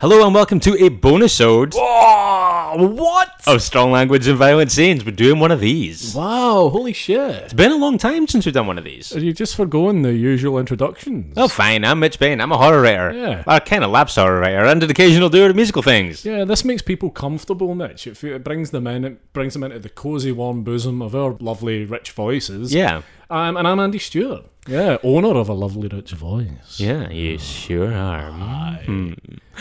Hello and welcome to a bonus ode Oh, what? of strong language and violent scenes. We're doing one of these. Wow, holy shit. It's been a long time since we've done one of these. Are you just forgoing the usual introductions? Oh, fine. I'm Mitch Bain. I'm a horror writer. Yeah. I kind of lapse horror writer and an occasional doer of musical things. Yeah, this makes people comfortable, Mitch. It, it brings them in, it brings them into the cosy, warm bosom of our lovely, rich voices. Yeah. Um, and I'm Andy Stewart. Yeah, owner of a lovely, rich voice. Yeah, you sure are.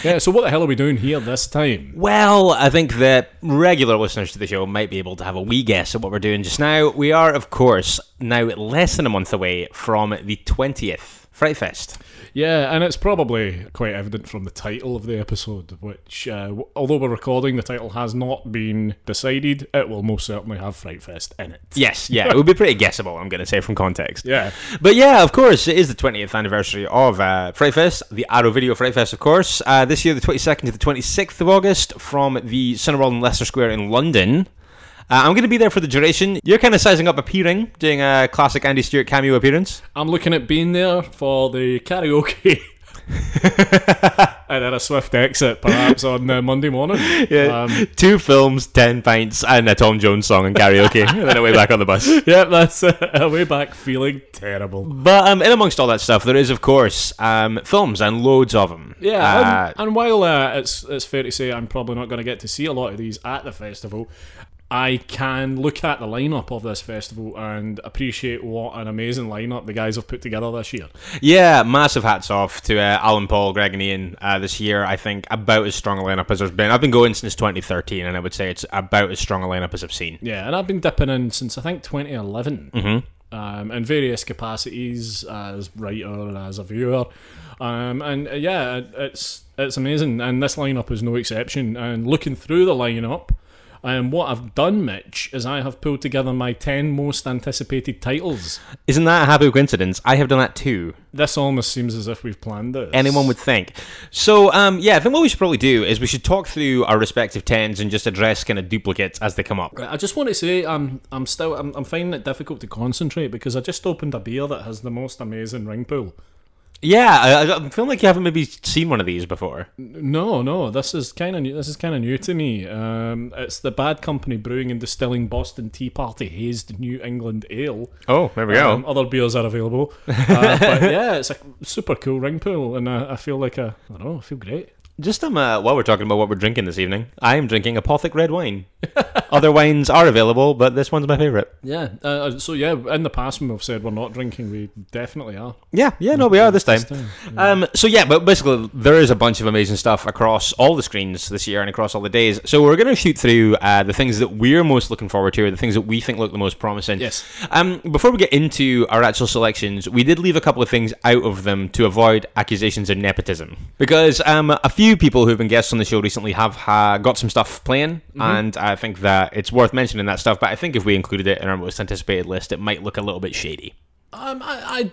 Yeah, so what the hell are we doing here this time? Well, I think that regular listeners to the show might be able to have a wee guess at what we're doing just now. We are, of course, now less than a month away from the 20th Fright Fest. Yeah, and it's probably quite evident from the title of the episode, which, uh, w- although we're recording, the title has not been decided. It will most certainly have Fright Fest in it. Yes, yeah, it would be pretty guessable, I'm going to say, from context. Yeah. But yeah, of course, it is the 20th anniversary of uh, Fright Fest, the Arrow Video Fright Fest, of course. Uh, this year, the 22nd to the 26th of August, from the Cineworld in Leicester Square in London. Uh, I'm going to be there for the duration. You're kind of sizing up appearing, doing a classic Andy Stewart cameo appearance. I'm looking at being there for the karaoke. and then a swift exit, perhaps, on uh, Monday morning. Um, Two films, ten pints, and a Tom Jones song and karaoke, and then away back on the bus. yeah, that's uh, a way back feeling terrible. But um, in amongst all that stuff, there is, of course, um, films and loads of them. Yeah, Uh, and, and while uh, it's it's fair to say I'm probably not going to get to see a lot of these at the festival, I can look at the lineup of this festival and appreciate what an amazing lineup the guys have put together this year. Yeah, massive hats off to uh, Alan Paul, Greg, and Ian uh, this year. I think about as strong a lineup as there's been. I've been going since 2013, and I would say it's about as strong a lineup as I've seen. Yeah, and I've been dipping in since I think 2011 um, in various capacities as writer and as a viewer. Um, and uh, yeah, it- it's it's amazing, and this lineup is no exception. And looking through the lineup, um, what I've done, Mitch, is I have pulled together my 10 most anticipated titles. Isn't that a happy coincidence? I have done that too. This almost seems as if we've planned this. Anyone would think. So, um, yeah, I think what we should probably do is we should talk through our respective tens and just address kind of duplicates as they come up. I just want to say I'm I'm still I'm, I'm finding it difficult to concentrate because I just opened a beer that has the most amazing ring pool. Yeah, I, I'm feeling like you haven't maybe seen one of these before. No, no, this is kind of new. This is kind of new to me. Um, it's the Bad Company Brewing and Distilling Boston Tea Party Hazed New England Ale. Oh, there we Um, other beers are available, uh, but yeah, it's a super cool ring pool, and I, I feel like a, I don't know, I feel great. Just um, uh, while we're talking about what we're drinking this evening, I am drinking Apothic Red Wine. Other wines are available, but this one's my favourite. Yeah. Uh, so yeah, in the past when we've said we're not drinking, we definitely are. Yeah, yeah, no, we are this time. time, Um, so yeah, but basically there is a bunch of amazing stuff across all the screens this year and across all the days. So we're going to shoot through uh, the things that we're most looking forward to, or the things that we think look the most promising. Yes. Um, before we get into our actual selections, we did leave a couple of things out of them to avoid accusations of nepotism, because um, a few people who've been guests on the show recently have uh, got some stuff playing, Mm-hmm. and I think that it's worth mentioning that stuff. But I think if we included it in our most anticipated list, it might look a little bit shady. Um, I,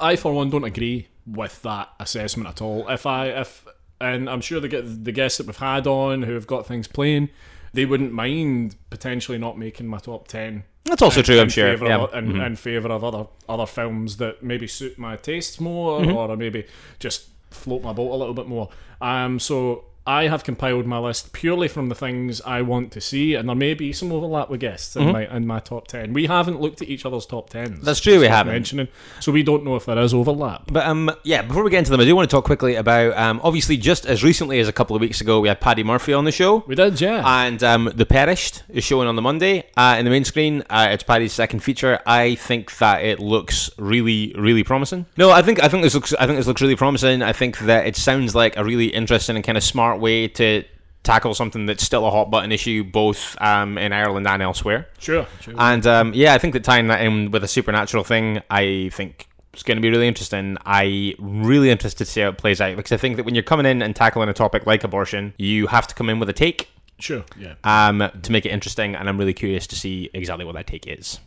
I, I for one don't agree with that assessment at all. If I, if, and I'm sure the gu- the guests that we've had on who have got things playing, they wouldn't mind potentially not making my top ten. That's also true, I'm sure. Favor yeah. Mm-hmm. of, in, in favor of other other films that maybe suit my tastes more, Mm-hmm. or maybe just float my boat a little bit more. Um, so. I have compiled my list purely from the things I want to see, and there may be some overlap with guests in, my, in my top 10. We haven't looked at each other's top 10s Mm-hmm. That's true, we worth haven't. mentioning. So we don't know if there is overlap. But um, yeah, before we get into them, I do want to talk quickly about um, obviously just as recently as a couple of weeks ago, we had Paddy Murphy on the show. We did, yeah. And um, The Perished is showing on the Monday uh, in the main screen. Uh, it's Paddy's second feature. I think that it looks really, really promising. No, I think I think this looks I think this looks really promising. I think that it sounds like a really interesting and kind of smart way to tackle something that's still a hot button issue both um, in Ireland and elsewhere. Sure. sure. And um, yeah, I think that tying that in with a supernatural thing, I think it's going to be really interesting. I really interested to see how it plays out because I think that when you're coming in and tackling a topic like abortion, you have to come in with a take Sure. Yeah. um, to make it interesting, and I'm really curious to see exactly what that take is.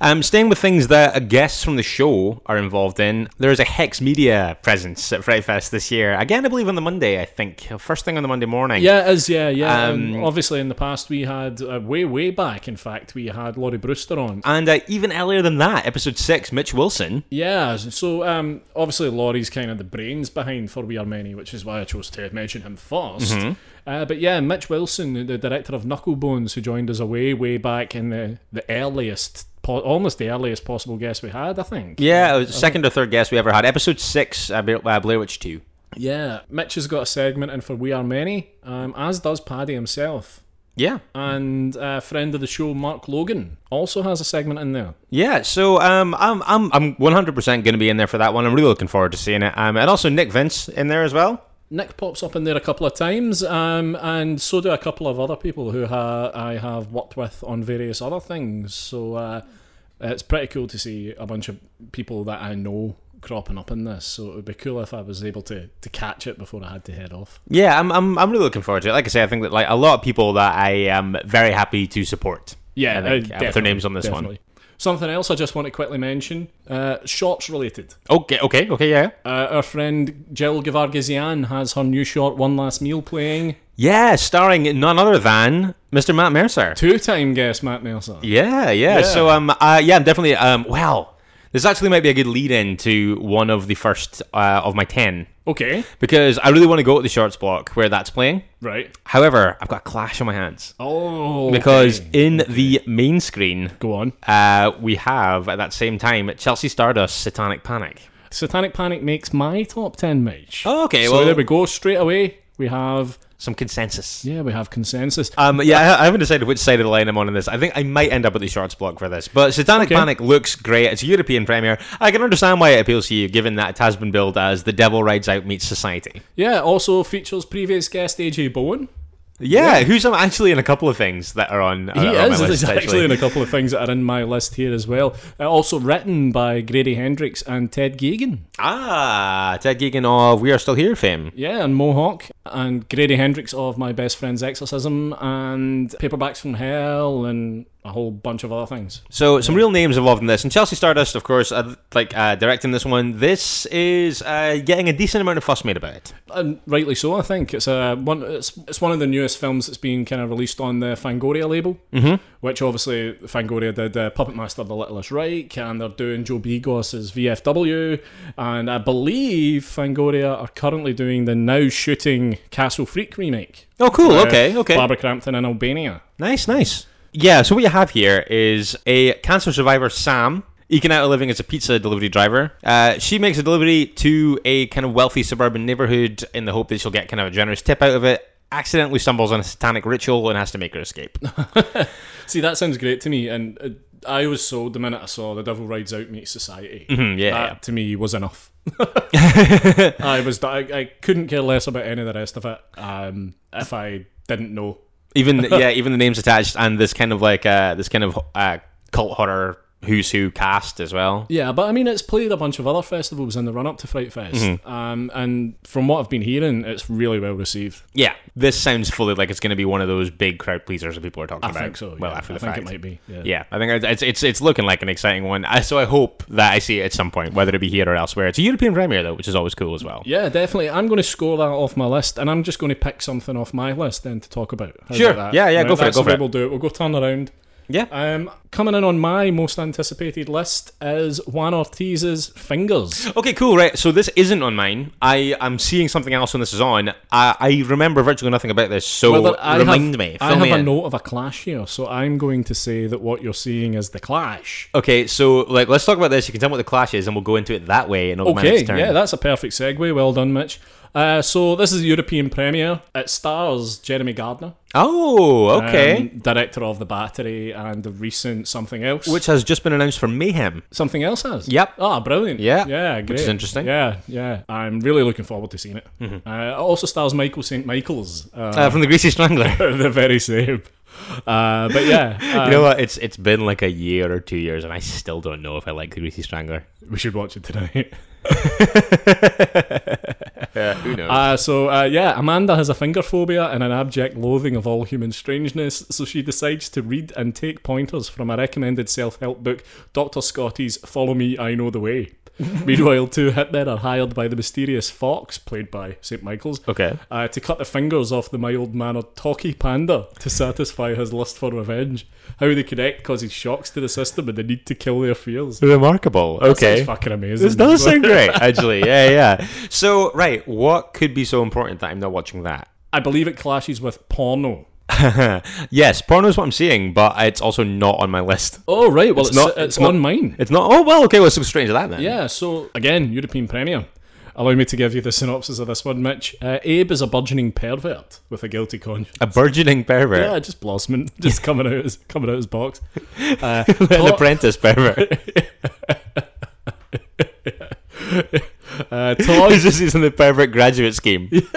Um, staying with things that uh, guests from the show are involved in, there is a Hex Media presence at Fright Fest this year. Again, I believe on the Monday, I think. First thing on the Monday morning. Yeah, it is. Yeah, yeah. Um, obviously, in the past, we had, uh, way, way back, in fact, we had Laurie Brewster on. And uh, even earlier than that, episode six, Mitch Wilson. Yeah, so um, obviously Laurie's kind of the brains behind For We Are Many, which is why I chose to mention him 1st Uh, but yeah, Mitch Wilson, the director of Knucklebones, who joined us away way back in the, the earliest, po- almost the earliest possible guest we had, I think. Yeah, it was the second or third guest we ever had. Episode six, uh, Bla- uh, Blair Witch 2. Yeah, Mitch has got a segment in For We Are Many, um, as does Paddy himself. Yeah. And uh, friend of the show, Mark Logan, also has a segment in there. Yeah, so um, I'm I'm I'm 100% going to be in there for that one. I'm really looking forward to seeing it. Um, and also Nick Vince in there as well. Nick pops up in there a couple of times, um, and so do a couple of other people who ha- I have worked with on various other things. So uh, it's pretty cool to see a bunch of people that I know cropping up in this. So it would be cool if I was able to, to catch it before I had to head off. Yeah, I'm, I'm I'm really looking forward to it. Like I say, I think that like a lot of people that I am very happy to support. Yeah, I think, uh, with their names on this one. Something else I just want to quickly mention, uh, shorts related. Okay, okay, okay, yeah. Uh, our friend Jill Gavargazian has her new short One Last Meal playing. Yeah, starring none other than Mr. Matt Mercer. Two-time guest Matt Nelson. Yeah, yeah. Yeah. So um uh, yeah, I'm definitely um wow. This actually might be a good lead in to one of the first uh, of my 10 Okay, because I really want to go to the shorts block where that's playing. right. However, I've got a clash on my hands Oh, because in the main screen go on. uh, we have at that same time Chelsea Stardust Satanic Panic. Satanic Panic makes my top ten, Mitch. Oh, okay, so well- there we go. Straight away, we have Some consensus. yeah, we have consensus. Um, yeah, I- I haven't decided which side of the line I'm on in this. I think I might end up at the shorts block for this. But Satanic Okay. Panic looks great. It's a European premiere. I can understand why it appeals to you, given that it has been billed as The Devil Rides Out Meets Society. yeah, also features previous guest AJ Bowen. Yeah, who's um, actually in a couple of things that are on, uh, He on my is list, There's actually in actually. a couple of things that are in my list here as well. Uh, also written by Grady Hendrix and Ted Geegan. Ah, Ted Geegan of We Are Still Here fame. Yeah, and Mohawk and Grady Hendrix of My Best Friend's Exorcism and Paperbacks from Hell and a whole bunch of other things. So some real names involved in this, and Chelsea Stardust, of course, uh, like uh, directing this one. This is uh, getting a decent amount of fuss made about it. and rightly so. I think it's a one. It's, it's one of the newest films that's been kind of released on the Fangoria label, mm-hmm. which obviously Fangoria did uh, Puppet Master, The Littlest Reich, and they're doing Joe Bigos's VFW, and I believe Fangoria are currently doing the now shooting Castle Freak remake. Oh, cool. with okay, okay. Barbara Crampton in Albania. Nice, nice. Yeah, so what you have here is a cancer survivor, Sam, eking out a living as a pizza delivery driver. Uh, she makes a delivery to a kind of wealthy suburban neighborhood in the hope that she'll get kind of a generous tip out of it. Accidentally stumbles on a satanic ritual and has to make her escape. See, that sounds great to me, and uh, I was sold the minute I saw The Devil Rides Out meets Society. Mhm, yeah, that yeah. to me was enough. I was I, I couldn't care less about any of the rest of it. Um, if I didn't know, even yeah, even the names attached and this kind of like uh, this kind of uh, cult horror who's who cast as well. yeah, but I mean, it's played a bunch of other festivals in the run up to Fright Fest, Mm-hmm. um, and from what I've been hearing, it's really well received. Yeah, this sounds fully like it's going to be one of those big crowd pleasers that people are talking I about. think so. Well, yeah. after the I think fact, it might be. Yeah. Yeah, I think it's it's it's looking like an exciting one. I, so I hope that I see it at some point, whether it be here or elsewhere. It's a European premiere though, which is always cool as well. Yeah, definitely. I'm going to score that off my list, and I'm just going to pick something off my list then to talk about. How's Sure. that? Yeah, yeah, go for it, that's go the for way it. We'll do it. We'll go turn around. Yeah. Um, coming in on my most anticipated list is Juan Ortiz's Fingers. Okay, cool. Right. So this isn't on mine. I am seeing something else when this is on. I, I remember virtually nothing about this. So Well, I remind have, me. Fill I have me a in. note of a clash here, so I'm going to say that what you're seeing is the clash. Okay, so like let's talk about this. You can tell me what the clash is, and we'll go into it that way. In Okay, turn. yeah, that's a perfect segue. Well done, Mitch. Uh, so this is a European premiere. It stars Jeremy Gardner, Oh, um, okay. director of The Battery and the recent Something Else. Which has just been announced for Mayhem. Something Else has. Yep. Ah, brilliant. Yeah, Yeah, which great. is interesting. Mm-hmm. Yeah, yeah. I'm really looking forward to seeing it. Uh, it also stars Michael St. Michael's. Uh, Uh, from the Greasy Strangler. the very same. Uh, but yeah, uh, you know what? It's it's been like a year or two years, and I still don't know if I like the Greasy Strangler. we should watch it tonight. Yeah, who knows? Uh, so uh, yeah, Amanda has a finger phobia and an abject loathing of all human strangeness, so she decides to read and take pointers from a recommended self-help book, Dr. Scotty's "Follow Me, I Know the Way." Meanwhile, two hitmen are hired by the mysterious fox, played by St. Michael's, okay. uh, to cut the fingers off the mild-mannered talkie panda to satisfy his lust for revenge. How they connect causes shocks to the system and the need to kill their fears. Remarkable. It's Okay. fucking amazing. This does sound great, actually. Yeah, yeah. So, right, what could be so important that I'm not watching that? I believe it clashes with porno. yes, porno is what I'm seeing, but it's also not on my list. Oh right, well it's, not- it's, it's on not- mine. It's not. Oh well, okay. Well, so straight into that then. Yeah, so again, European Premier. Allow me to give you the synopsis of this one, Mitch. Uh, Abe is a burgeoning pervert with a guilty conscience. A burgeoning pervert, Yeah, just blossoming, just coming out his coming out his box. Uh, an Tom, apprentice pervert. uh, Tom, He's just using the pervert graduate scheme.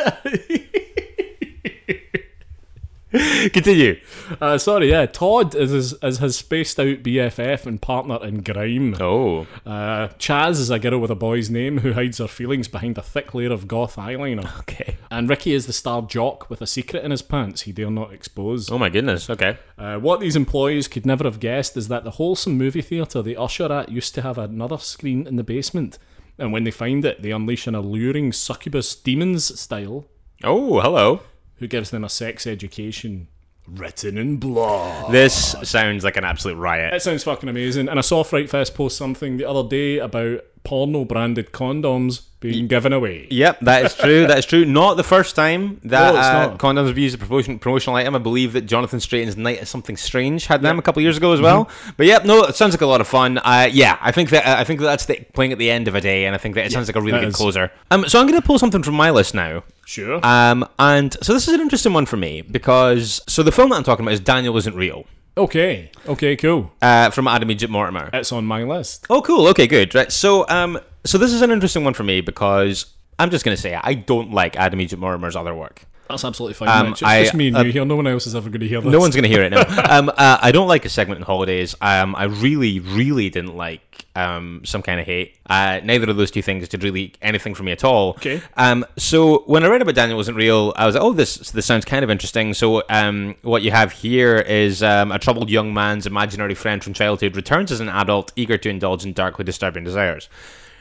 Continue. uh, sorry, yeah, Todd is his, is his spaced out BFF and partner in grime. Oh, Uh, Chaz is a girl with a boy's name who hides her feelings behind a thick layer of goth eyeliner. okay. And Ricky is the star jock with a secret in his pants he dare not expose. Oh my goodness. Okay. Uh, what these employees could never have guessed is that the wholesome movie theatre they usher at used to have another screen in the basement. And when they find it, they unleash an alluring succubus demons style Oh, hello. who gives them a sex education written in blood. This sounds like an absolute riot. That sounds fucking amazing. And I saw Fright Fest post something the other day about porno branded condoms being given away. Yep, that is true. That is true. Not the first time that No, it's uh, not. condoms were used as a promotion, promotional item. I believe that Jonathan Straighten's Night at Something Strange had them a couple years ago as well. But yep, no, it sounds like a lot of fun. Uh, yeah, I think that I think that's the, playing at the end of a day, and I think that it sounds like a really that good is. closer. Um, so I'm going to pull something from my list now. Sure. Um, and so this is an interesting one for me because so the film that I'm talking about is Daniel Isn't Real okay. Okay, cool. uh, from Adam Egypt Mortimer. It's on my list. Oh, cool. Okay, good. Right. So, um, so this is an interesting one for me because I'm just gonna say I don't like Adam Egypt Mortimer's other work. That's absolutely fine. Um, Mitch. It's I- just me and you here. No one else is ever going to hear this. No one's gonna hear it now. um, uh, I don't like a segment in Holidays. Um, I really, really didn't like um, some kind of hate. Uh, neither of those two things did really anything for me at all. Okay. Um, so when I read about Daniel wasn't real, I was like, oh, this this sounds kind of interesting. So um, what you have here is um, a troubled young man's imaginary friend from childhood returns as an adult, eager to indulge in darkly disturbing desires.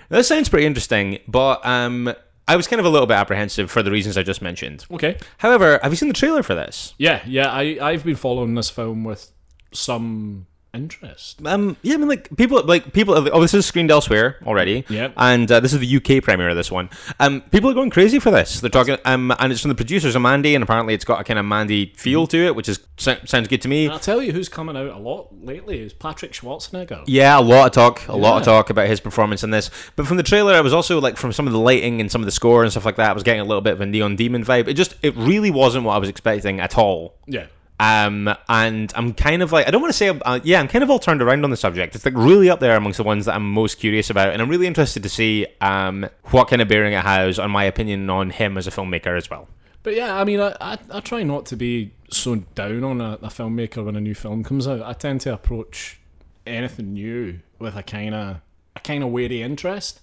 That sounds pretty interesting, but um, I was kind of a little bit apprehensive for the reasons I just mentioned. Okay. However, have you seen the trailer for this? Yeah, yeah. I I've been following this film with some interest. Um, yeah, I mean, like people, like people. are like, Oh, this is screened elsewhere already. Yep. And uh, this is the UK premiere of this one. Um, people are going crazy for this. They're talking. Um, and it's from the producers, Mandy, and apparently it's got a kind of Mandy feel to it, which is so, sounds good to me. And I'll tell you who's coming out a lot lately is Patrick Schwarzenegger. Yeah, a lot of talk, a lot of Yeah. talk about his performance in this. But from the trailer, I was also like from some of the lighting and some of the score and stuff like that. I was getting a little bit of a neon demon vibe. It just, it really wasn't what I was expecting at all. Yeah. Um, and I'm kind of like, I don't want to say, uh, yeah, I'm kind of all turned around on the subject. It's like really up there amongst the ones that I'm most curious about. And I'm really interested to see um, what kind of bearing it has on my opinion on him as a filmmaker as well. But yeah, I mean, I, I, I try not to be so down on a, a filmmaker when a new film comes out. I tend to approach anything new with a kind of a kind of wary interest.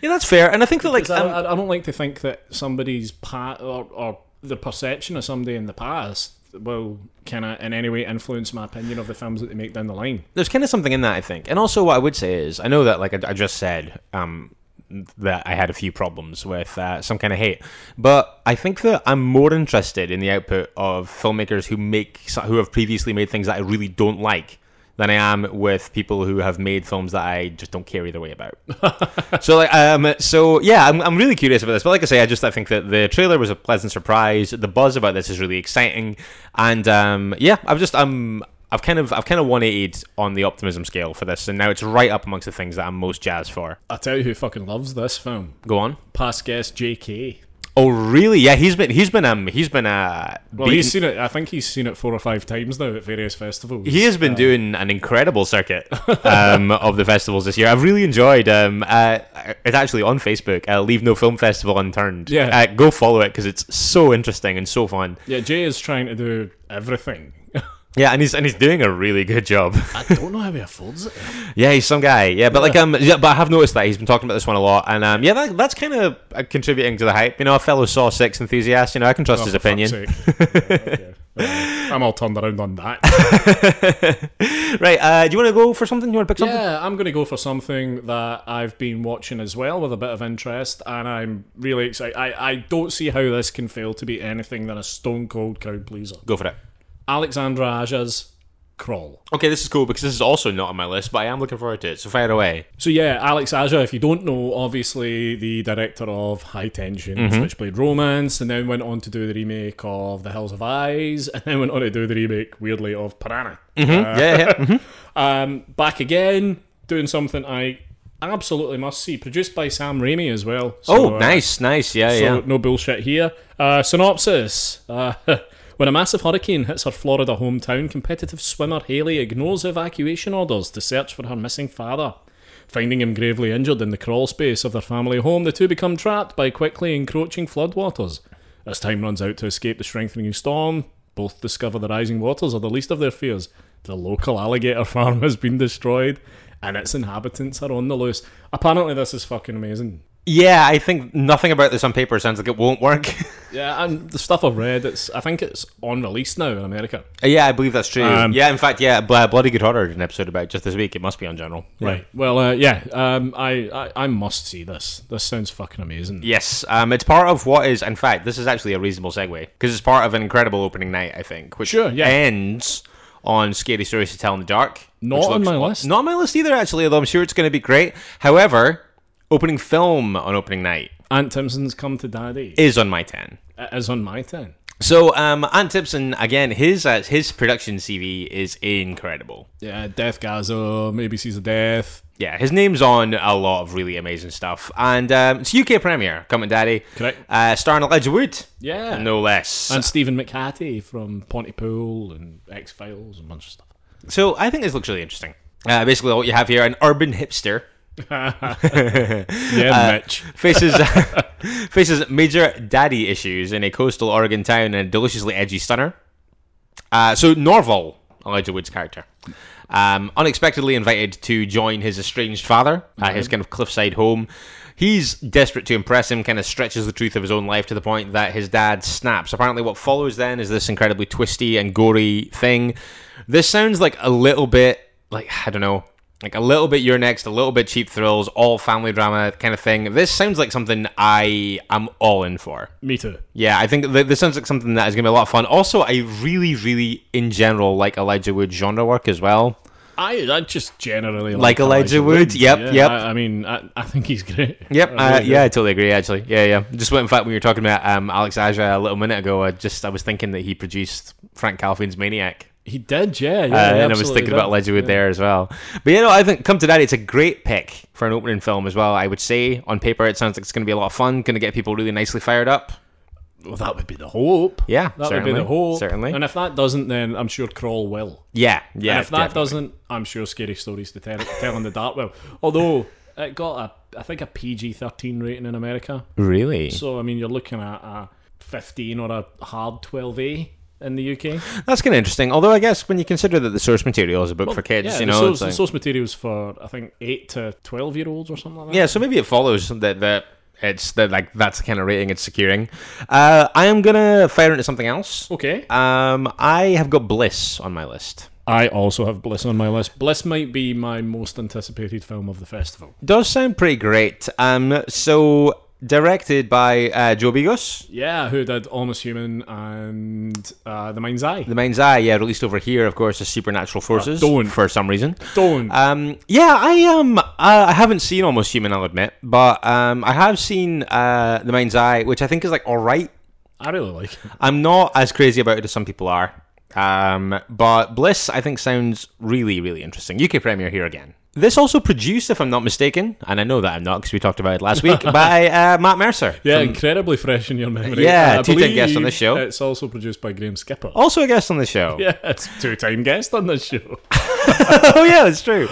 Yeah, that's fair. And I think that, like, 'Cause I, um, I, I don't like to think that somebody's pat or, or the perception of somebody in the past will kind of in any way influence my opinion of the films that they make down the line. there's kind of something in that I think, and also what I would say is I know that like I, I just said um, that I had a few problems with uh, some kind of hate, but I think that I'm more interested in the output of filmmakers who make who have previously made things that I really don't like than I am with people who have made films that I just don't care either way about. so like um so yeah I'm, I'm really curious about this but like i say i just i think that the trailer was a pleasant surprise the buzz about this is really exciting and um yeah i've just i'm i've kind of i've kind of 180 on the optimism scale for this and now it's right up amongst the things that i'm most jazzed for I tell you who fucking loves this film. go on past guest J.K. Oh really? Yeah, he's been he's been um he's been uh Well, beaten- he's seen it. I think he's seen it four or five times now at various festivals. he has been doing an incredible circuit um, of the festivals this year. I've really enjoyed. Um, uh, it's actually on Facebook. Uh, Leave no film festival unturned. Yeah. uh, go follow it because it's so interesting and so fun. Yeah, Jay is trying to do everything. Yeah, and he's and he's doing a really good job. I don't know how he affords it. yeah, he's some guy. Yeah, but like um, yeah, but I have noticed that he's been talking about this one a lot, and um, yeah, that, that's kind of uh, contributing to the hype. You know, a fellow Saw Six enthusiast. You know, I can trust his Oh, for fuck's opinion. sake. Yeah, okay. Well, I'm all turned around on that. Right? Uh, do you want to go for something? You want to pick something? Yeah, I'm going to go for something that I've been watching as well with a bit of interest, and I'm really excited. I, I don't see how this can fail to be anything than a stone cold crowd pleaser. Go for it. Alexandra Aja's Crawl. Okay, this is cool because this is also not on my list, but I am looking forward to it. So fire away. So yeah, Alex Aja, if you don't know, obviously the director of High Tension, Mm-hmm. Switchblade Romance, and then went on to do the remake of The Hills of Eyes, and then went on to do the remake, weirdly, of Piranha. Yeah, Hmm? yeah, yeah. Um, back again, doing something I absolutely must see, produced by Sam Raimi as well. So, oh, uh, nice, nice. Yeah, So yeah. no bullshit here. Uh, synopsis. Uh, when a massive hurricane hits her Florida hometown, competitive swimmer Haley ignores evacuation orders to search for her missing father. Finding him gravely injured in the crawl space of their family home, the two become trapped by quickly encroaching floodwaters. As time runs out to escape the strengthening storm, both discover the rising waters are the least of their fears. The local alligator farm has been destroyed, and its inhabitants are on the loose. Apparently, this is fucking amazing. Yeah, I think nothing about this on paper sounds like it won't work. Yeah, and the stuff I've read, it's I think it's on release now in America. yeah, I believe that's true. Um, yeah, in fact, yeah, Bl- Bloody Good Horror did an episode about it just this week. It must be on general. Yeah. Right. Well, uh, yeah. Um, I, I I must see this. This sounds fucking amazing. Yes, um, it's part of what is, in fact, this is actually a reasonable segue because it's part of an incredible opening night, I think, which Sure, yeah. ends on Scary Stories to Tell in the Dark. Not which on looks- my list. Not on my list either, actually, although I'm sure it's going to be great. However, opening film on opening night Ant Timpson's Come to Daddy is on my 10. it is on my ten. So, um, Ant Timpson again. His uh, his production CV is incredible. Yeah, Death Gasm, ABC's of Death. Yeah, his name's on a lot of really amazing stuff, and um, it's UK premiere coming, Daddy. Correct. Uh, starring Elijah Wood, Yeah. no less. And Stephen McHattie from Pontypool and X Files and a bunch of stuff. so, I think this looks really interesting. Uh, basically, what you have here an urban hipster Yeah, Uh, Mitch. faces faces major daddy issues in a coastal Oregon town in a deliciously edgy stunner. Uh, so Norval, Elijah Wood's character, um, unexpectedly invited to join his estranged father at his kind of cliffside home. He's desperate to impress him, kind of stretches the truth of his own life to the point that his dad snaps. Apparently, what follows then is this incredibly twisty and gory thing. This sounds like a little bit, like, I don't know, like a little bit Your Next, a little bit Cheap Thrills, all family drama kind of thing. This sounds like something I am all in for. Me too. Yeah, I think th- this sounds like something that is going to be a lot of fun. Also, I really, really, in general, like Elijah Wood genre work as well. I, I just generally Like Elijah Wood? Yep, yeah, yep. I, I mean, I, I think he's great. Yep, I uh, really do. yeah, I totally agree. Actually, yeah, yeah. Just when, in fact, when you were talking about um, Alex Aja a little minute ago, I just I was thinking that he produced Frank Calvin's Maniac, He did, yeah. yeah uh, he and I was absolutely thinking did. about Elijah Wood there as well. But you know, I think come to that, it's a great pick for an opening film as well. I would say on paper, it sounds like it's going to be a lot of fun, going to get people really nicely fired up. Well, that would be the hope. Yeah, that would be certainly, the hope. certainly. And if that doesn't, then I'm sure Crawl will. Yeah, yeah. and if that definitely. doesn't, I'm sure Scary Stories to Tell, tell in the Dark will. Although it got a, I think a PG-13 rating in America. really, So I mean, you're looking at a 15 or a hard 12A in the UK. That's kind of interesting. Although I guess when you consider that the source material is a book for kids, yeah, you the know, source, it's like- the source materials for I think eight to 12 year olds or something like that. yeah. So maybe it follows that that it's that like that's the kind of rating it's securing. Uh, I am gonna fire into something else. Okay. Um, I have got Bliss on my list. I also have Bliss on my list. Bliss might be my most anticipated film of the festival. Does sound pretty great. Um, so directed by uh, Joe Bigos. Yeah, who did Almost Human and uh, The Mind's Eye. The Mind's Eye, yeah, released over here, of course, as Supernatural Forces. Ah, don't. for some reason. Don't. Um, yeah, I um, I I haven't seen Almost Human, I'll admit, but um, I have seen uh, The Mind's Eye, which I think is like all right. I really like it. I'm not as crazy about it as some people are. Um, but Bliss, I think, sounds really, really interesting. UK premiere here again. This also produced, if I'm not mistaken, and I know that I'm not because we talked about it last week, by uh, Matt Mercer. Yeah, incredibly fresh in your memory. Yeah, I two-time guest on believe this show. Oh. It's also produced by Graham Skipper. Also a guest on the show. Yeah, it's two-time guest on this show. oh yeah, that's true.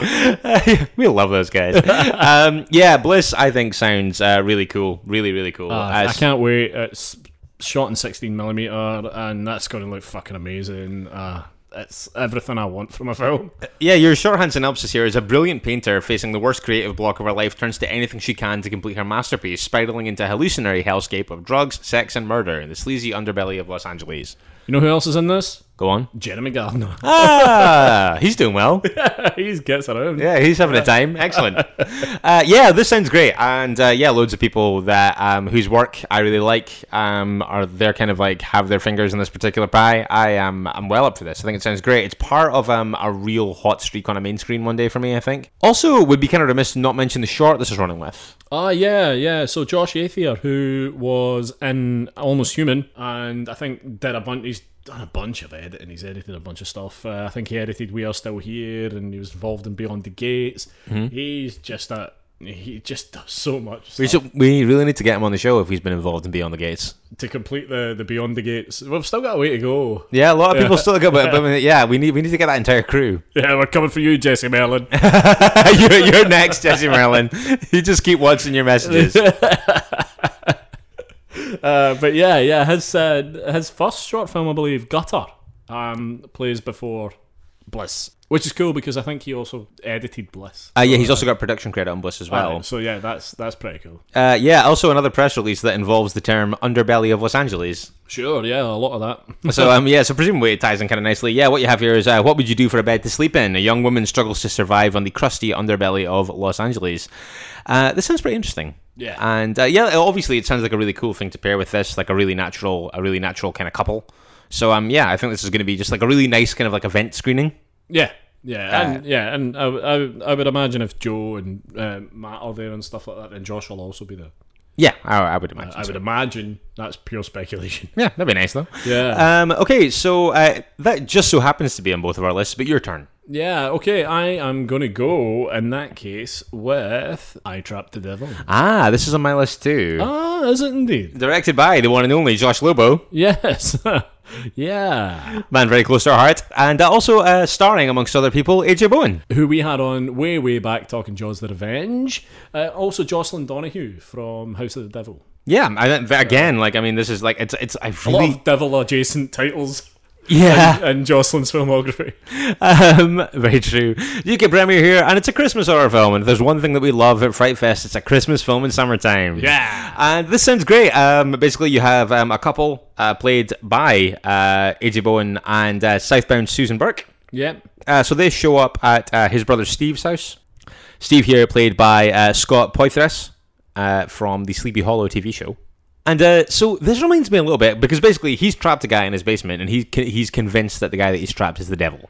we love those guys. um, yeah, Bliss, I think sounds uh, really cool. Really, really cool. Uh, I As- can't wait. It's shot in 16 millimeter, and that's going to look fucking amazing. Uh, it's everything I want from a film. yeah, your shorthand synopsis here is a brilliant painter facing the worst creative block of her life turns to anything she can to complete her masterpiece, spiraling into a hallucinatory hellscape of drugs, sex, and murder in the sleazy underbelly of Los Angeles. You know who else is in this? Go on. Jeremy Gardner. Ah, he's doing well. he gets around. Yeah, he's having a time. Excellent. Uh, yeah, this sounds great, and uh, yeah, loads of people that um, whose work I really like um, are they're kind of like have their fingers in this particular pie. I am I'm well up for this. I think it sounds great. It's part of um, a real hot streak on a main screen one day for me. I think. Also, would be kind of remiss to not mention the short this is running with. Ah, yeah, yeah. So Josh Aethier, who was in Almost Human, and I think did a bunch. He's done a bunch of editing. He's edited a bunch of stuff. Uh, I think he edited We Are Still Here, and he was involved in Beyond the Gates. He's just a he just does so much We, stuff. should, we really need to get him on the show if he's been involved in Beyond the Gates. to complete the the Beyond the Gates. We've still got a way to go. Yeah, a lot of people still go, but, but yeah, we need we need to get that entire crew. Yeah, we're coming for you, Jesse Merlin. you're, you're next, Jesse Merlin. You just keep watching your messages. Uh, but yeah, yeah, his uh, his first short film, I believe, Gutter, um, plays before Bliss, which is cool because I think he also edited Bliss. Uh, yeah, he's also got production credit on Bliss as well. Alright, so yeah, that's that's pretty cool. Uh, yeah, also another press release that involves the term underbelly of Los Angeles. Sure, yeah, a lot of that. So, um, yeah, so presumably it ties in kind of nicely. Yeah, what you have here is uh, what would you do for a bed to sleep in? A young woman struggles to survive on the crusty underbelly of Los Angeles. Uh, this sounds pretty interesting. Yeah. and uh, yeah, obviously it sounds like a really cool thing to pair with this, like a really natural, a really natural kind of couple. So, um, yeah, I think this is going to be just like a really nice kind of like event screening. yeah, yeah, and yeah, and I, I, I would imagine if Joe and uh, Matt are there and stuff like that, then Josh will also be there. Yeah, I, I would imagine. Uh, I would imagine that's pure speculation. Uh, yeah, that'd be nice though. Yeah. Um, okay, so uh, that just so happens to be on both of our lists, but your turn. Yeah, okay, I am going to go in that case with I Trapped the Devil. Ah, this is on my list too. Ah, is it indeed? Oh. Directed by the one and only Josh Lobo, Yes. yeah. man very close to our heart, and uh, also uh, starring, amongst other people, AJ Bowen. Who we had on way, way back talking Jaws the Revenge. Uh, also, Jocelyn Donahue from House of the Devil. Yeah, I, th- again, like I mean, this is like it's it's I A lot really of devil adjacent titles yeah, in Jocelyn's filmography. um, very true. UK premiere here, and it's a Christmas horror film, and if there's one thing that we love at Fright Fest, it's a Christmas film in summertime. Yeah. And this sounds great. Um, basically, you have um, a couple uh, played by uh, AJ Bowen and uh, Southbound Susan Burke. Yep. Uh, so they show up at uh, his brother Steve's house. Steve here, played by uh, Scott Poitras uh, from the Sleepy Hollow TV show. And uh, so this reminds me a little bit because basically he's trapped a guy in his basement, and he's he's convinced that the guy that he's trapped is the devil.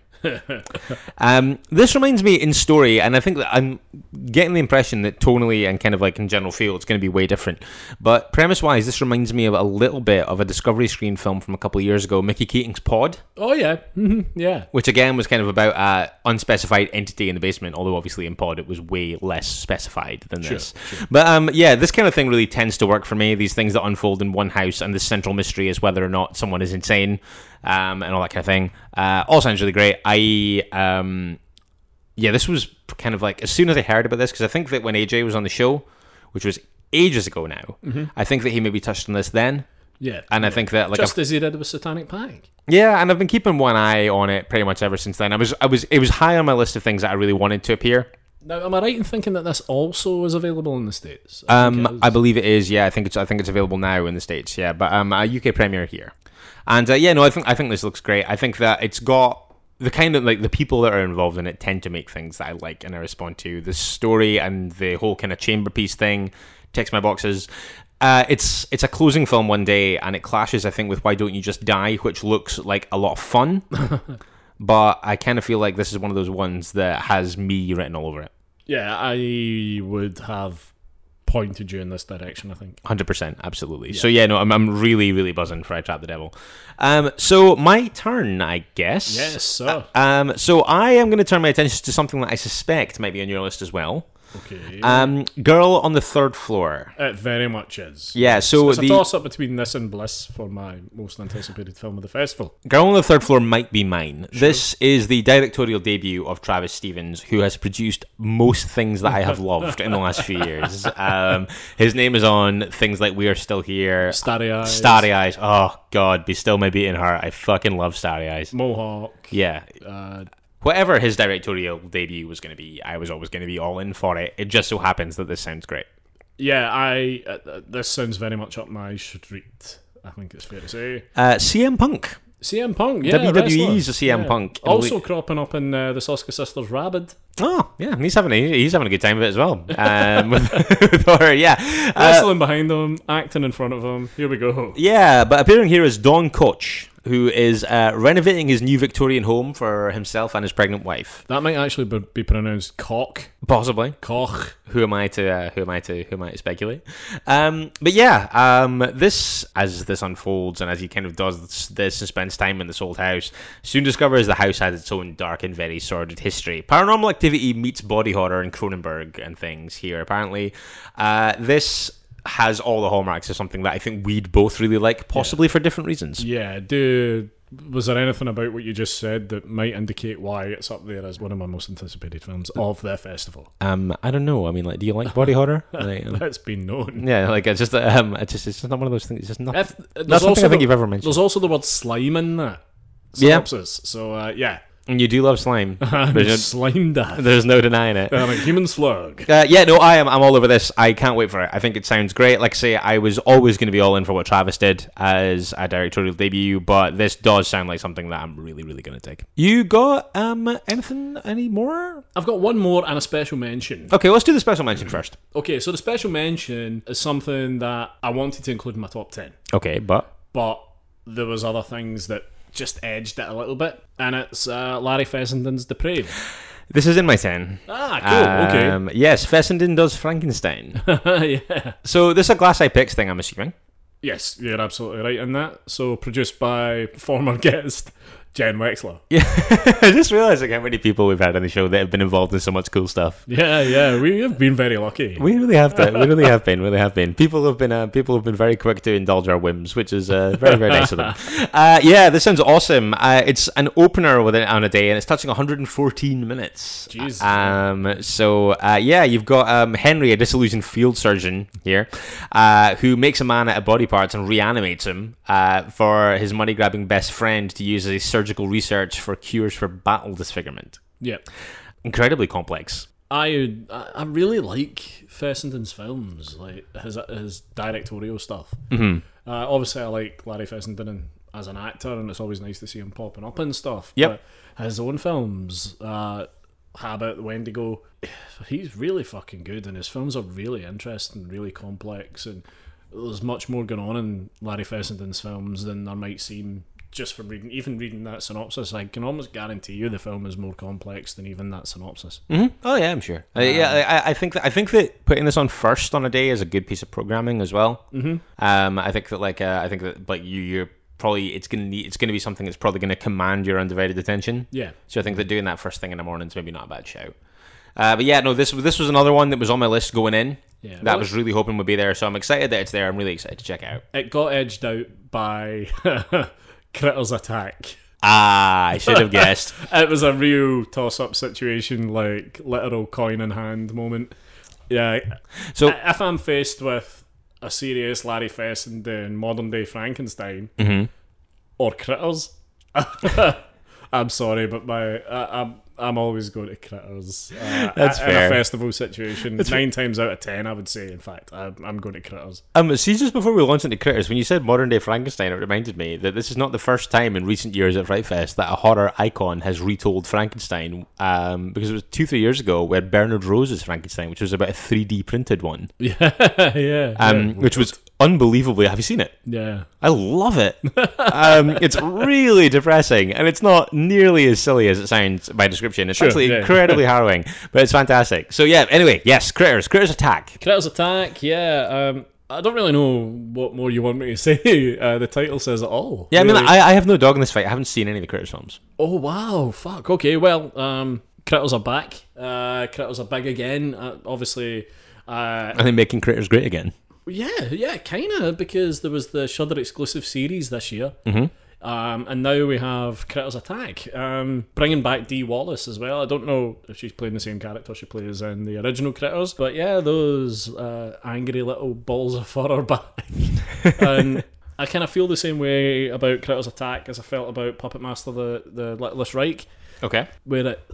um, this reminds me in story, and I think that I'm getting the impression that tonally and kind of like in general feel it's going to be way different. But premise wise, this reminds me of a little bit of a Discovery Screen film from a couple of years ago, Mickey Keating's Pod Oh, yeah. Mhm, yeah. which again was kind of about uh, unspecified entity in the basement. Although obviously in Pod it was way less specified than this. But um, yeah, this kind of thing really tends to work for me. These things that unfold in one house and the central mystery is whether or not someone is insane, um, and all that kind of thing. Uh, all sounds really great. I um, yeah, this was kind of like as soon as I heard about this because I think that when AJ was on the show, which was ages ago now, I think that he maybe touched on this then. Mm-hmm. Yeah. And I think that like I've- Just as he did with Satanic Panic. yeah, and I've been keeping one eye on it pretty much ever since then. I was, I was, it was high on my list of things that I really wanted to appear. Now, am I right in thinking that this also is available in the States? I think it Um, is. I believe it is. Yeah, I think it's, I think it's available now in the states. Yeah, but um, a UK premiere here, and uh, yeah, no, I think, I think this looks great. I think that it's got the kind of like the people that are involved in it tend to make things that I like and I respond to. The story and the whole kind of chamber piece thing ticks my boxes. Uh, it's it's a closing film one day, and it clashes, I think, with Why Don't You Just Die, which looks like a lot of fun. but I kind of feel like this is one of those ones that has me written all over it. Yeah, I would have pointed you in this direction. I think. Hundred percent, absolutely. So yeah, no, I'm, I'm really, really buzzing for I Trap the Devil. Um, so my turn, I guess. Yes, sir. Um, so I am going to turn my attention to something that I suspect might be on your list as well. okay. Um, Girl on the Third Floor. it very much is. Yeah, so It's a the toss up between this and Bliss for my most anticipated film of the festival. Girl on the Third Floor might be mine. This is the directorial debut of Travis Stevens, who has produced most things that I have loved in the last few years. Um, his name is on things like We Are Still Here, Starry Eyes, Starry Eyes. Oh God, be still my beating heart. I fucking love Starry Eyes. Mohawk. Yeah, Uh, whatever his directorial debut was going to be, I was always going to be all in for it. It just so happens that this sounds great. yeah, I. Uh, th- this sounds very much up my street. I think it's fair to say. Uh, CM Punk. CM Punk, yeah, WWE's wrestler. CM Punk. Also cropping up in uh, the Soska Sisters Rabid. Oh yeah, he's having a, he's having a good time of it as well. Um, with, with horror, yeah, Uh, Wrestling behind them, acting in front of them. Here we go. yeah. But appearing here is Don Koch, who is uh, renovating his new Victorian home for himself and his pregnant wife. That might actually be, be pronounced cock. Possibly. Koch. who am I to uh, who am I to who am I to speculate? Um, but yeah, um, this as this unfolds and as he kind of does this, this and spends time in this old house, soon discovers the house has its own dark and very sordid history. Paranormal activity meets body horror and Cronenberg and things here. Apparently, uh, this has all the hallmarks of something that I think we'd both really like, possibly for different reasons. Yeah, do. Was there anything about what you just said that might indicate why it's up there as one of my most anticipated films of the festival? Um, I don't know. I mean, like, do you like body horror? Like, um, That's been known. yeah, like it's just um, it's just it's just not one of those things. It's just not. If, there's That's something I think the, you've ever mentioned. There's also the word slime in that. Yeah. Synopsis. So, uh, yeah. And you do love slime. There's no- slime dad. There's no denying it. I'm a human slug. Uh, yeah, no, I am. I'm all over this. I can't wait for it. I think it sounds great. Like I say, I was always going to be all in for what Travis did as a directorial debut, but this does sound like something that I'm really, really going to take. You got um anything any more? I've got one more and a special mention. Okay, let's do the special mention first. Okay, so the special mention is something that I wanted to include in my top 10, Okay, but but there was other things that just edged it a little bit, and it's uh, Larry Fessenden's Depraved. this is in my ten. Ah, cool, Um, yes, Fessenden does Frankenstein. okay. yeah. so this is a Glass Eye Picks thing, I'm assuming. Yes, you're absolutely right in that. So produced by former guest Jen Wexler. Yeah, I just realised like how many people we've had on the show that have been involved in so much cool stuff. Yeah, yeah, we have been very lucky. We really have to. We really have been. Really have been. People have been. Uh, people have been very quick to indulge our whims, which is uh, very, very nice of them. Uh, yeah, this sounds awesome. Uh, it's an opener with it on a day, and it's touching 114 minutes. Jeez. Um. So uh, yeah, you've got um, Henry, a disillusioned field surgeon here, uh, who makes a man out of body parts and reanimates him uh, for his money-grabbing best friend to use as surgical research for cures for battle disfigurement. yeah. Incredibly complex. I I I really like Fessenden's films, like his his directorial stuff. Mm-hmm. Uh, obviously, I like Larry Fessenden and- as an actor, and it's always nice to see him popping up and stuff. Yep. But his own films, uh, Habit, The Wendigo, he's really fucking good, and his films are really interesting, really complex, and there's much more going on in Larry Fessenden's films than there might seem. Just from reading, even reading that synopsis, I can almost guarantee you the film is more complex than even that synopsis. Oh yeah, I'm sure. Uh, yeah, I, I think that I think that putting this on first on a day is a good piece of programming as well. Mm-hmm. Um, I think that like uh, I think that like you you're probably it's gonna need, it's gonna be something that's probably gonna command your undivided attention. Yeah. So I think that doing that first thing in the morning is maybe not a bad show. Uh, but yeah, no, this this was another one that was on my list going in. Yeah. that I was really hoping would be there. So I'm excited that it's there. I'm really excited to check it out. it got edged out by Critter's attack. Ah, I should have guessed. It was a real toss up situation, like literal coin in hand moment. Yeah. So- I- if I'm faced with a serious Larry Fessenden modern day Frankenstein Mm-hmm. or Critters, I'm sorry, but my I, I'm I'm always going to Critters. Uh, That's in fair. a festival situation. Nine times out of ten, I would say. In fact, I'm, I'm going to Critters. Um, see, just before we launch into critters, when you said modern day Frankenstein, it reminded me that this is not the first time in recent years at Fright Fest that a horror icon has retold Frankenstein. Um, because it was two, three years ago we had Bernard Rose's Frankenstein, which was about a 3D printed one, Yeah, yeah. um, which was unbelievably. Have you seen it? Yeah. I love it. um, it's really depressing, and it's not nearly as silly as it sounds by description. It's actually yeah. incredibly harrowing, but it's fantastic. So yeah. Anyway, yes, critters, critters attack. Critters Attack, yeah. Um, I don't really know what more you want me to say. Uh, the title says it all. Yeah, I mean, really. I, I have no dog in this fight. I haven't seen any of the critters films. Oh wow! Fuck. Okay. Well, um, critters are back. Uh, critters are big again. Uh, obviously. Uh, I think making critters great again. yeah, yeah, kinda because there was the Shudder exclusive series this year, mm-hmm. um, and now we have Critters Attack, um, bringing back Dee Wallace as well. I don't know if she's playing the same character she plays in the original Critters, but yeah, those uh, angry little balls of fur are back. and I kind of feel the same way about Critters Attack as I felt about Puppet Master the the Littlest Reich Okay. where it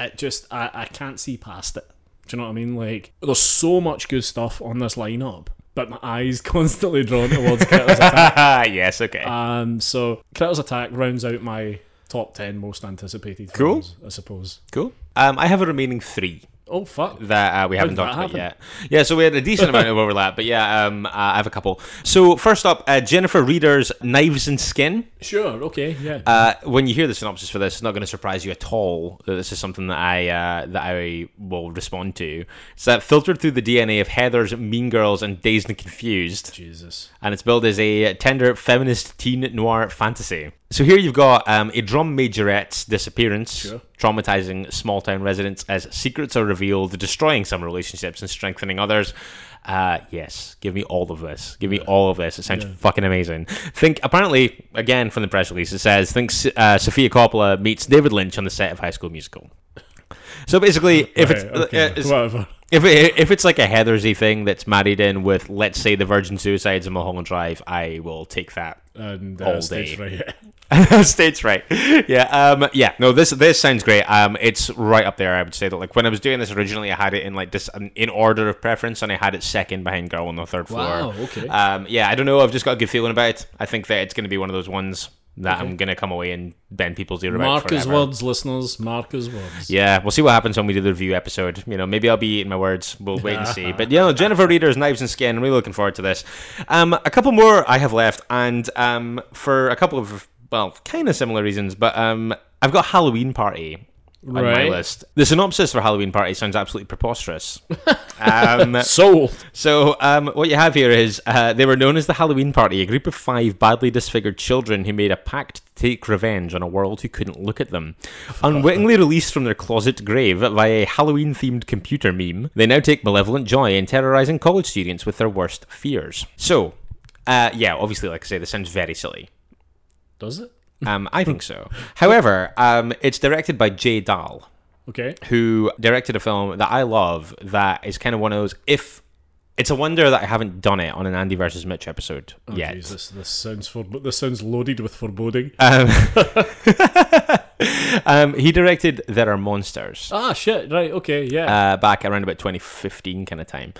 it just I, I can't see past it. Do you know what I mean? Like there's so much good stuff on this lineup, but my eyes constantly drawn towards Critters Attack. yes. Okay. Um, so Critters Attack rounds out my top ten most anticipated. Cool. films, I suppose. cool. Um, I have a remaining three. Oh fuck! that uh, we haven't did that talked about happen? yet. Yeah, so we had a decent amount of overlap, but yeah, um, uh, I have a couple. So first up, uh, Jennifer Reader's Knives and Skin. Sure. Okay. Yeah. Uh, when you hear the synopsis for this, it's not going to surprise you at all that this is something that I uh, that I will respond to. It's that filtered through the DNA of Heather's Mean Girls and Dazed and Confused Jesus. and it's billed as a tender feminist teen noir fantasy. So here you've got um, a drum majorette's disappearance, traumatizing small town residents as secrets are revealed, destroying some relationships and strengthening others. Uh, yes, give me all of this. Give me all of this. It sounds fucking amazing. Think apparently again from the press release. It says think uh, Sophia Coppola meets David Lynch on the set of High School Musical. So basically, if Right, it's, okay, uh, it's whatever. if it, if it's like a Heathersy thing that's married in with, let's say, the Virgin Suicides and Mulholland Drive, I will take that. And all uh, stage day. fright. States right, yeah, um, yeah. No, this this sounds great. Um, it's right up there. I would say that like when I was doing this originally, I had it in like this um, in order of preference, and I had it second behind Girl on the third floor. Wow, okay. Um, yeah, I don't know. I've just got a good feeling about it. I think that it's going to be one of those ones that I'm going to come away and bend people's ear about. Mark his forever. words, listeners. Mark his words. Yeah, we'll see what happens when we do the review episode. You know, maybe I'll be eating my words. We'll wait and see. But you know, Jennifer Reader's Knives and Skin. Really looking forward to this. Um, a couple more I have left, and um, for a couple of well, kind of similar reasons. But um, I've got Halloween Party. On my Right. list, the synopsis for Halloween Party sounds absolutely preposterous. um, Sold. so, um, what you have here is uh, they were known as the Halloween Party, a group of five badly disfigured children who made a pact to take revenge on a world who couldn't look at them. Unwittingly released from their closet grave via a Halloween themed computer meme, they now take malevolent joy in terrorizing college students with their worst fears. So, uh, yeah, obviously, like I say, this sounds very silly. Does it? Um, I think so. However, um, it's directed by Jay Dahl Okay. Oh, who directed a film that I love that is kind of one of those if it's a wonder that I haven't done it on an Andy versus Mitch episode yet. Oh, Jesus, this sounds for this sounds loaded with foreboding. Um, he directed There Are Monsters ah shit. Right. Okay. Yeah. uh, back around about 2015 kind of time.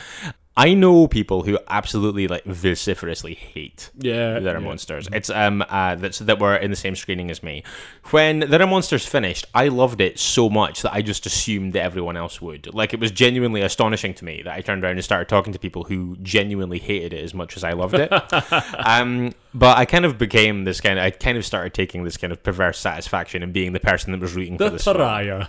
I know people who absolutely like vociferously hate yeah. There Are uh, yeah. Monsters. It's um uh, that's that were in the same screening as me. When There Are Monsters finished, I loved it so much that I just assumed that everyone else would. Like it was genuinely astonishing to me that I turned around and started talking to people who genuinely hated it as much as I loved it. um, but I kind of became this kind of I kind of started taking this kind of perverse satisfaction in being the person that was rooting for The this. film. pariah.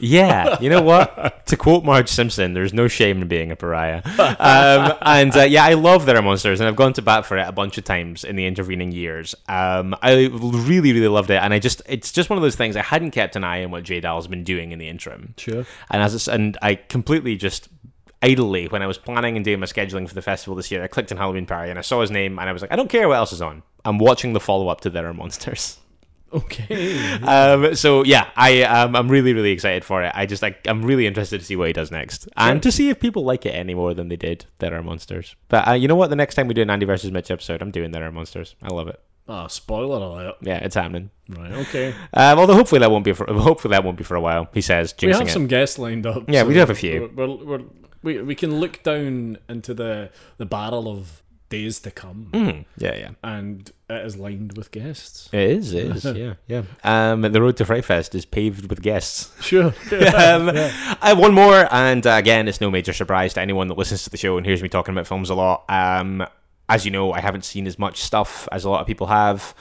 Yeah, you know what? to quote Marge Simpson, there's no shame in being a pariah. Um, and uh, yeah, I love There Are Monsters, and I've gone to bat for it a bunch of times in the intervening years. Um, I really, really loved it, and I just it's just one of those things I hadn't kept an eye on what J Dahl's been doing in the interim. Sure. And as it's, and I completely just idly when I was planning and doing my scheduling for the festival this year, I clicked on Halloween Party and I saw his name, and I was like, I don't care what else is on. I'm watching the follow up to There Are Monsters Okay. um, so yeah, I um, I'm really really excited for it. I just like I'm really interested to see what he does next and to see if people like it any more than they did There Are Monsters. But uh, you know what? The next time we do an Andy versus Mitch episode, I'm doing There Are Monsters. I love it. Ah, spoiler alert. Yeah, it's happening. Right. Okay. Um, although hopefully that won't be for hopefully that won't be for a while. He says, jinxing We have it. some guests lined up. Yeah, we do have a we're- few. We're, we're, we we can look down into the the barrel of days to come, Hmm. Yeah, yeah. and it is lined with guests. It is, it is, yeah, yeah. Um, the road to Fright Fest is paved with guests. Sure. um, I have one more, and uh, again, it's no major surprise to anyone that listens to the show and hears me talking about films a lot. Um, as you know, I haven't seen as much stuff as a lot of people have.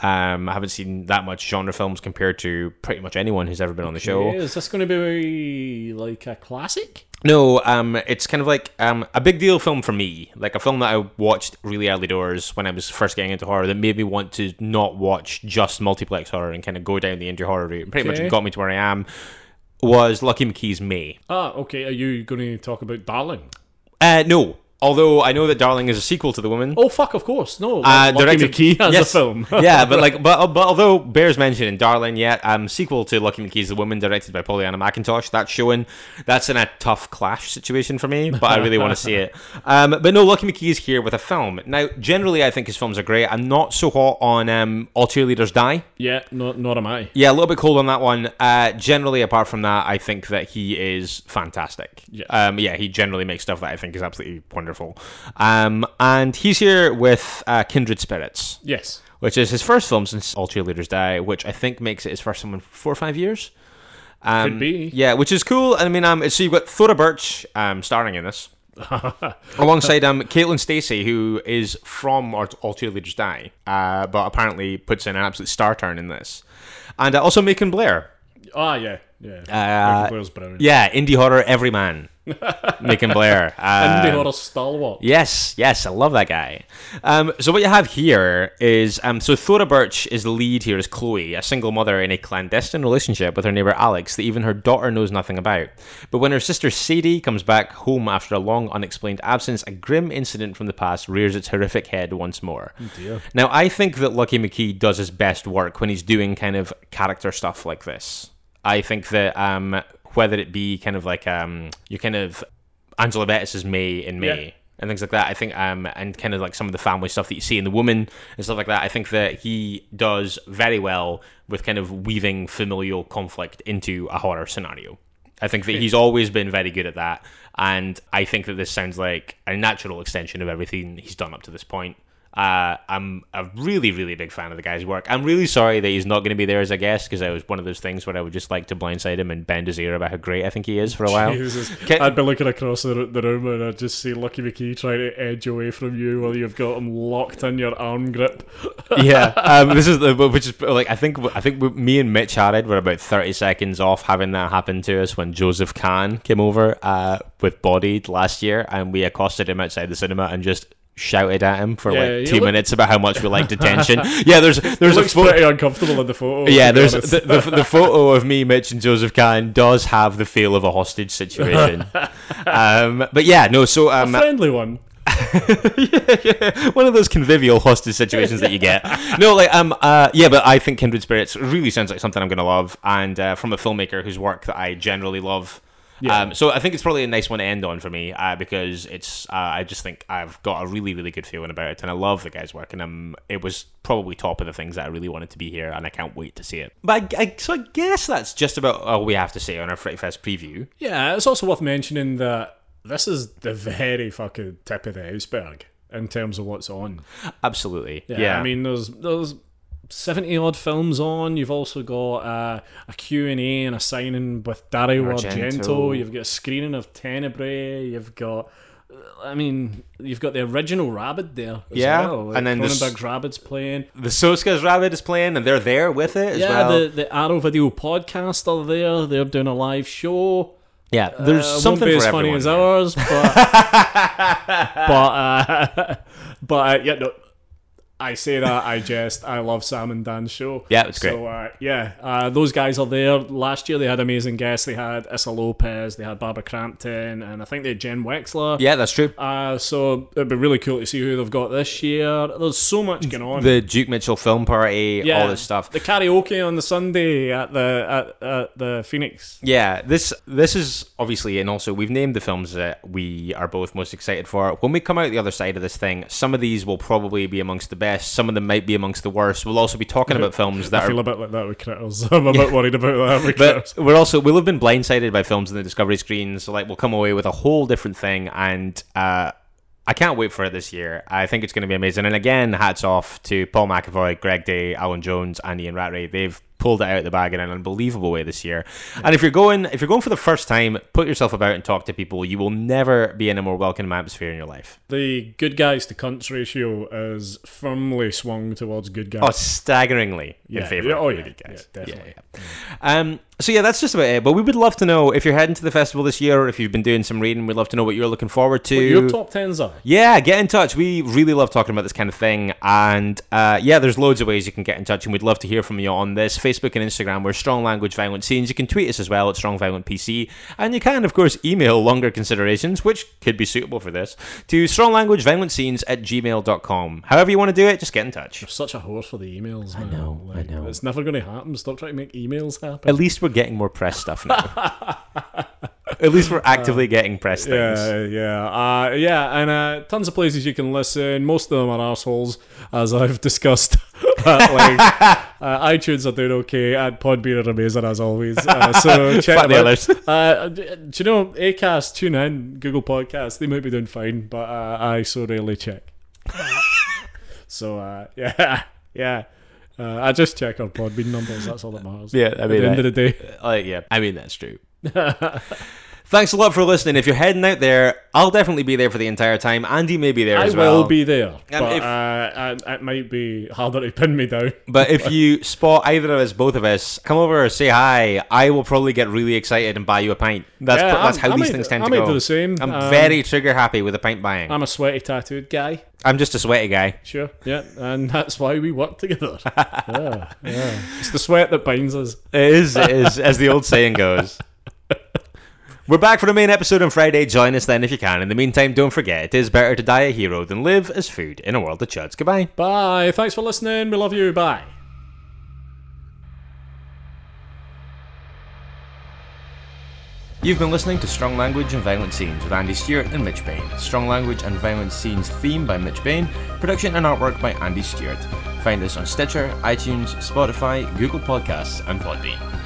Um, I haven't seen that much genre films compared to pretty much anyone who's ever been on the show. Yeah, is this going to be like a classic? No, um, it's kind of like um, a big deal film for me, like a film that I watched really early doors when I was first getting into horror that made me want to not watch just multiplex horror and kind of go down the indie horror route. Pretty Okay. much got me to where I am. Was Lucky McKee's May. Ah, okay. Are you going to talk about Darling? Uh, no. Although I know that Darling is a sequel to The Woman. Oh fuck! Of course, no. Uh, Lucky directed- McKee has yes. a film. yeah, but like, but, uh, but although bears mention in Darling yet, um, sequel to Lucky McKee's The Woman, directed by Pollyanna McIntosh, that's showing. That's in a tough clash situation for me, but I really want to see it. Um, but no, Lucky McKee is here with a film. Now, generally, I think his films are great. I'm not so hot on um, All Cheerleaders Die. yeah, not not am I. Yeah, a little bit cold on that one. Uh, generally, apart from that, I think that he is fantastic. Yeah. Um, yeah, he generally makes stuff that I think is absolutely wonderful. Um, and he's here with uh, Kindred Spirits, Yes. which is his first film since All Cheerleaders Die, which I think makes it his first film in four or five years. Um, Could be. Yeah, which is cool. I mean, um, so you've got Thora Birch um, starring in this. Alongside um, Caitlin Stacey, who is from All All Cheerleaders Die, uh, but apparently puts in an absolute star turn in this. And uh, also Macon Blair, Ah, yeah, yeah. uh, Michael Blair's brilliant. yeah, indie horror everyman, Macon Blair. Uh, Indie horror stalwart. Yes, yes, I love that guy. Um, so what you have here is um, so Thora Birch is the lead here is Chloe, a single mother in a clandestine relationship with her neighbor Alex that even her daughter knows nothing about. But when her sister Sadie comes back home after a long unexplained absence, a grim incident from the past rears its horrific head once more. Now I think that Lucky McKee does his best work when he's doing kind of character stuff like this. I think that um, whether it be kind of like um, you kind of Angela Bettis's May in May Yeah. and things like that. I think um and kind of like some of the family stuff that you see in the woman and stuff like that. I think that he does very well with kind of weaving familial conflict into a horror scenario. I think that he's always been very good at that, and I think that this sounds like a natural extension of everything he's done up to this point. Uh, I'm a really, really big fan of the guy's work. I'm really sorry that he's not going to be there as a guest because it was one of those things where I would just like to blindside him and bend his ear about how great I think he is for a while. Jesus. Can- I'd be looking across the, the room and I'd just see Lucky McKee trying to edge away from you while you've got him locked in your arm grip. yeah, um, this is the which is like I think I think me and Mitch Harrod were about thirty seconds off having that happen to us when Joseph Kahn came over uh, with Bodied last year, and we accosted him outside the cinema and just shouted at him for Yeah, he like two look- minutes about how much we like detention. yeah, there's there's a Looks photo. pretty uncomfortable in the photo. Yeah, to be there's honest. the, the, the photo of me, Mitch, and Joseph Kahn does have the feel of a hostage situation. um, but yeah, no. So um, friendly one. one of those convivial hostage situations that you get. No, like um, uh, yeah, but I think Kindred Spirits really sounds like something I'm gonna love, and uh, from a filmmaker whose work that I generally love. Yeah. Um, so I think it's probably a nice one to end on for me uh, because it's uh, I just think I've got a really really good feeling about it and I love the guy's work and um it was probably top of the things that I really wanted to be here and I can't wait to see it. But I, I, so I guess that's just about all we have to say on our Fright Fest preview. Yeah, it's also worth mentioning that this is the very fucking tip of the iceberg in terms of what's on. Absolutely. Yeah. I mean, there's there's seventy odd films on. You've also got uh, a Q and A and a signing with Dario Argento. Argento. You've got a screening of Tenebrae. You've got, uh, I mean, you've got the original Rabbit there. As Yeah, well. Like, and then this- Cronenberg's Rabbit's playing. the Soska's Rabbit is playing and they're there with it as yeah, well. the the Arrow Video podcast are there. They're doing a live show. Yeah, there's Uh, something won't be for as funny everyone as there. ours, but but uh, but uh, yeah, no, I say that I jest. I love Sam and Dan's show. Yeah, it's great. So uh, yeah, uh, those guys are there. Last year they had amazing guests. They had Issa Lopez, they had Barbara Crampton, and I think they had Jen Wexler. Yeah, that's true. Uh, so it'd be really cool to see who they've got this year. There's so much going on. The Duke Mitchell film party, yeah, all this stuff. The karaoke on the Sunday at the at, at the Phoenix. Yeah, this this is obviously, and also we've named the films that we are both most excited for. When we come out the other side of this thing, some of these will probably be amongst the best. Some of them might be amongst the worst. We'll also be talking about films that I are feel a bit like that with critters. I'm a bit worried about that with But critters. we're also we'll have been blindsided by films in the Discovery screen, so like we'll come away with a whole different thing, and uh, I can't wait for it this year. I think it's going to be amazing. And again, hats off to Paul McAvoy, Greg Day, Alan Jones, and Ian Rattray. They've pulled it out of the bag in an unbelievable way this year. And if you're going, if you're going for the first time, put yourself about and talk to people. You will never be in a more welcoming atmosphere in your life. The good guys to cunts ratio is firmly swung towards good guys. Oh, staggeringly in Yeah, favor. yeah, of oh, the yeah, good guys. yeah, definitely. yeah. Um, so yeah, that's just about it. But we would love to know if you're heading to the festival this year, or if you've been doing some reading. We'd love to know what you're looking forward to. Your top tens are. Yeah, get in touch. We really love talking about this kind of thing. And uh, yeah, there's loads of ways you can get in touch, and we'd love to hear from you on this. Facebook and Instagram, we're Strong Language Violent Scenes. You can tweet us as well at Strong Violent PC. And you can, of course, email longer considerations, which could be suitable for this, to strong language violent scenes at gmail.com. However you want to do it, just get in touch. Such a whore for the emails, man. I know, I know. It's never going to happen. Stop trying to make emails happen. At least we're getting more press stuff now. at least we're actively getting press things. Uh, Yeah, yeah, uh, yeah, and uh, tons of places you can listen. Most of them are assholes, as I've discussed. at length. uh, iTunes are doing okay, and Podbean are amazing as always. Uh, so check Fuck the them out. others. Uh, d- do you know Acast, Tune In, Google Podcasts? They might be doing fine, but uh, I so rarely check. so uh, yeah, yeah. Uh, I just check our Podbean numbers. That's all that matters. Yeah, I at mean, the end I- of the day. Like, yeah, I mean that's true. Thanks a lot for listening. If you're heading out there, I'll definitely be there for the entire time. Andy may be there I as well. will be there, but if- uh, I, it might be harder to pin me down. But if you spot either of us, both of us, come over, say hi. I will probably get really excited and buy you a pint. That's Yeah, that's I- how I these might- things tend I to might go. do the same. I'm Um, very trigger happy with a pint buying. I'm, I'm a sweaty tattooed guy. just a sweaty guy. Sure, yeah, and that's why we work together. yeah, yeah. It's the sweat that binds us. It is, it is, as the old saying goes. We're back for the main episode on Friday. Join us then if you can. In the meantime, don't forget it is better to die a hero than live as food in a world of chuds. Goodbye. Bye. Thanks for listening. We love you. Bye. You've been listening to Strong Language and Violent Scenes with Andy Stewart and Mitch Bain. Strong Language and Violent Scenes theme by Mitch Bain, production and artwork by Andy Stewart. Find us on Stitcher, iTunes, Spotify, Google Podcasts, and Podbean.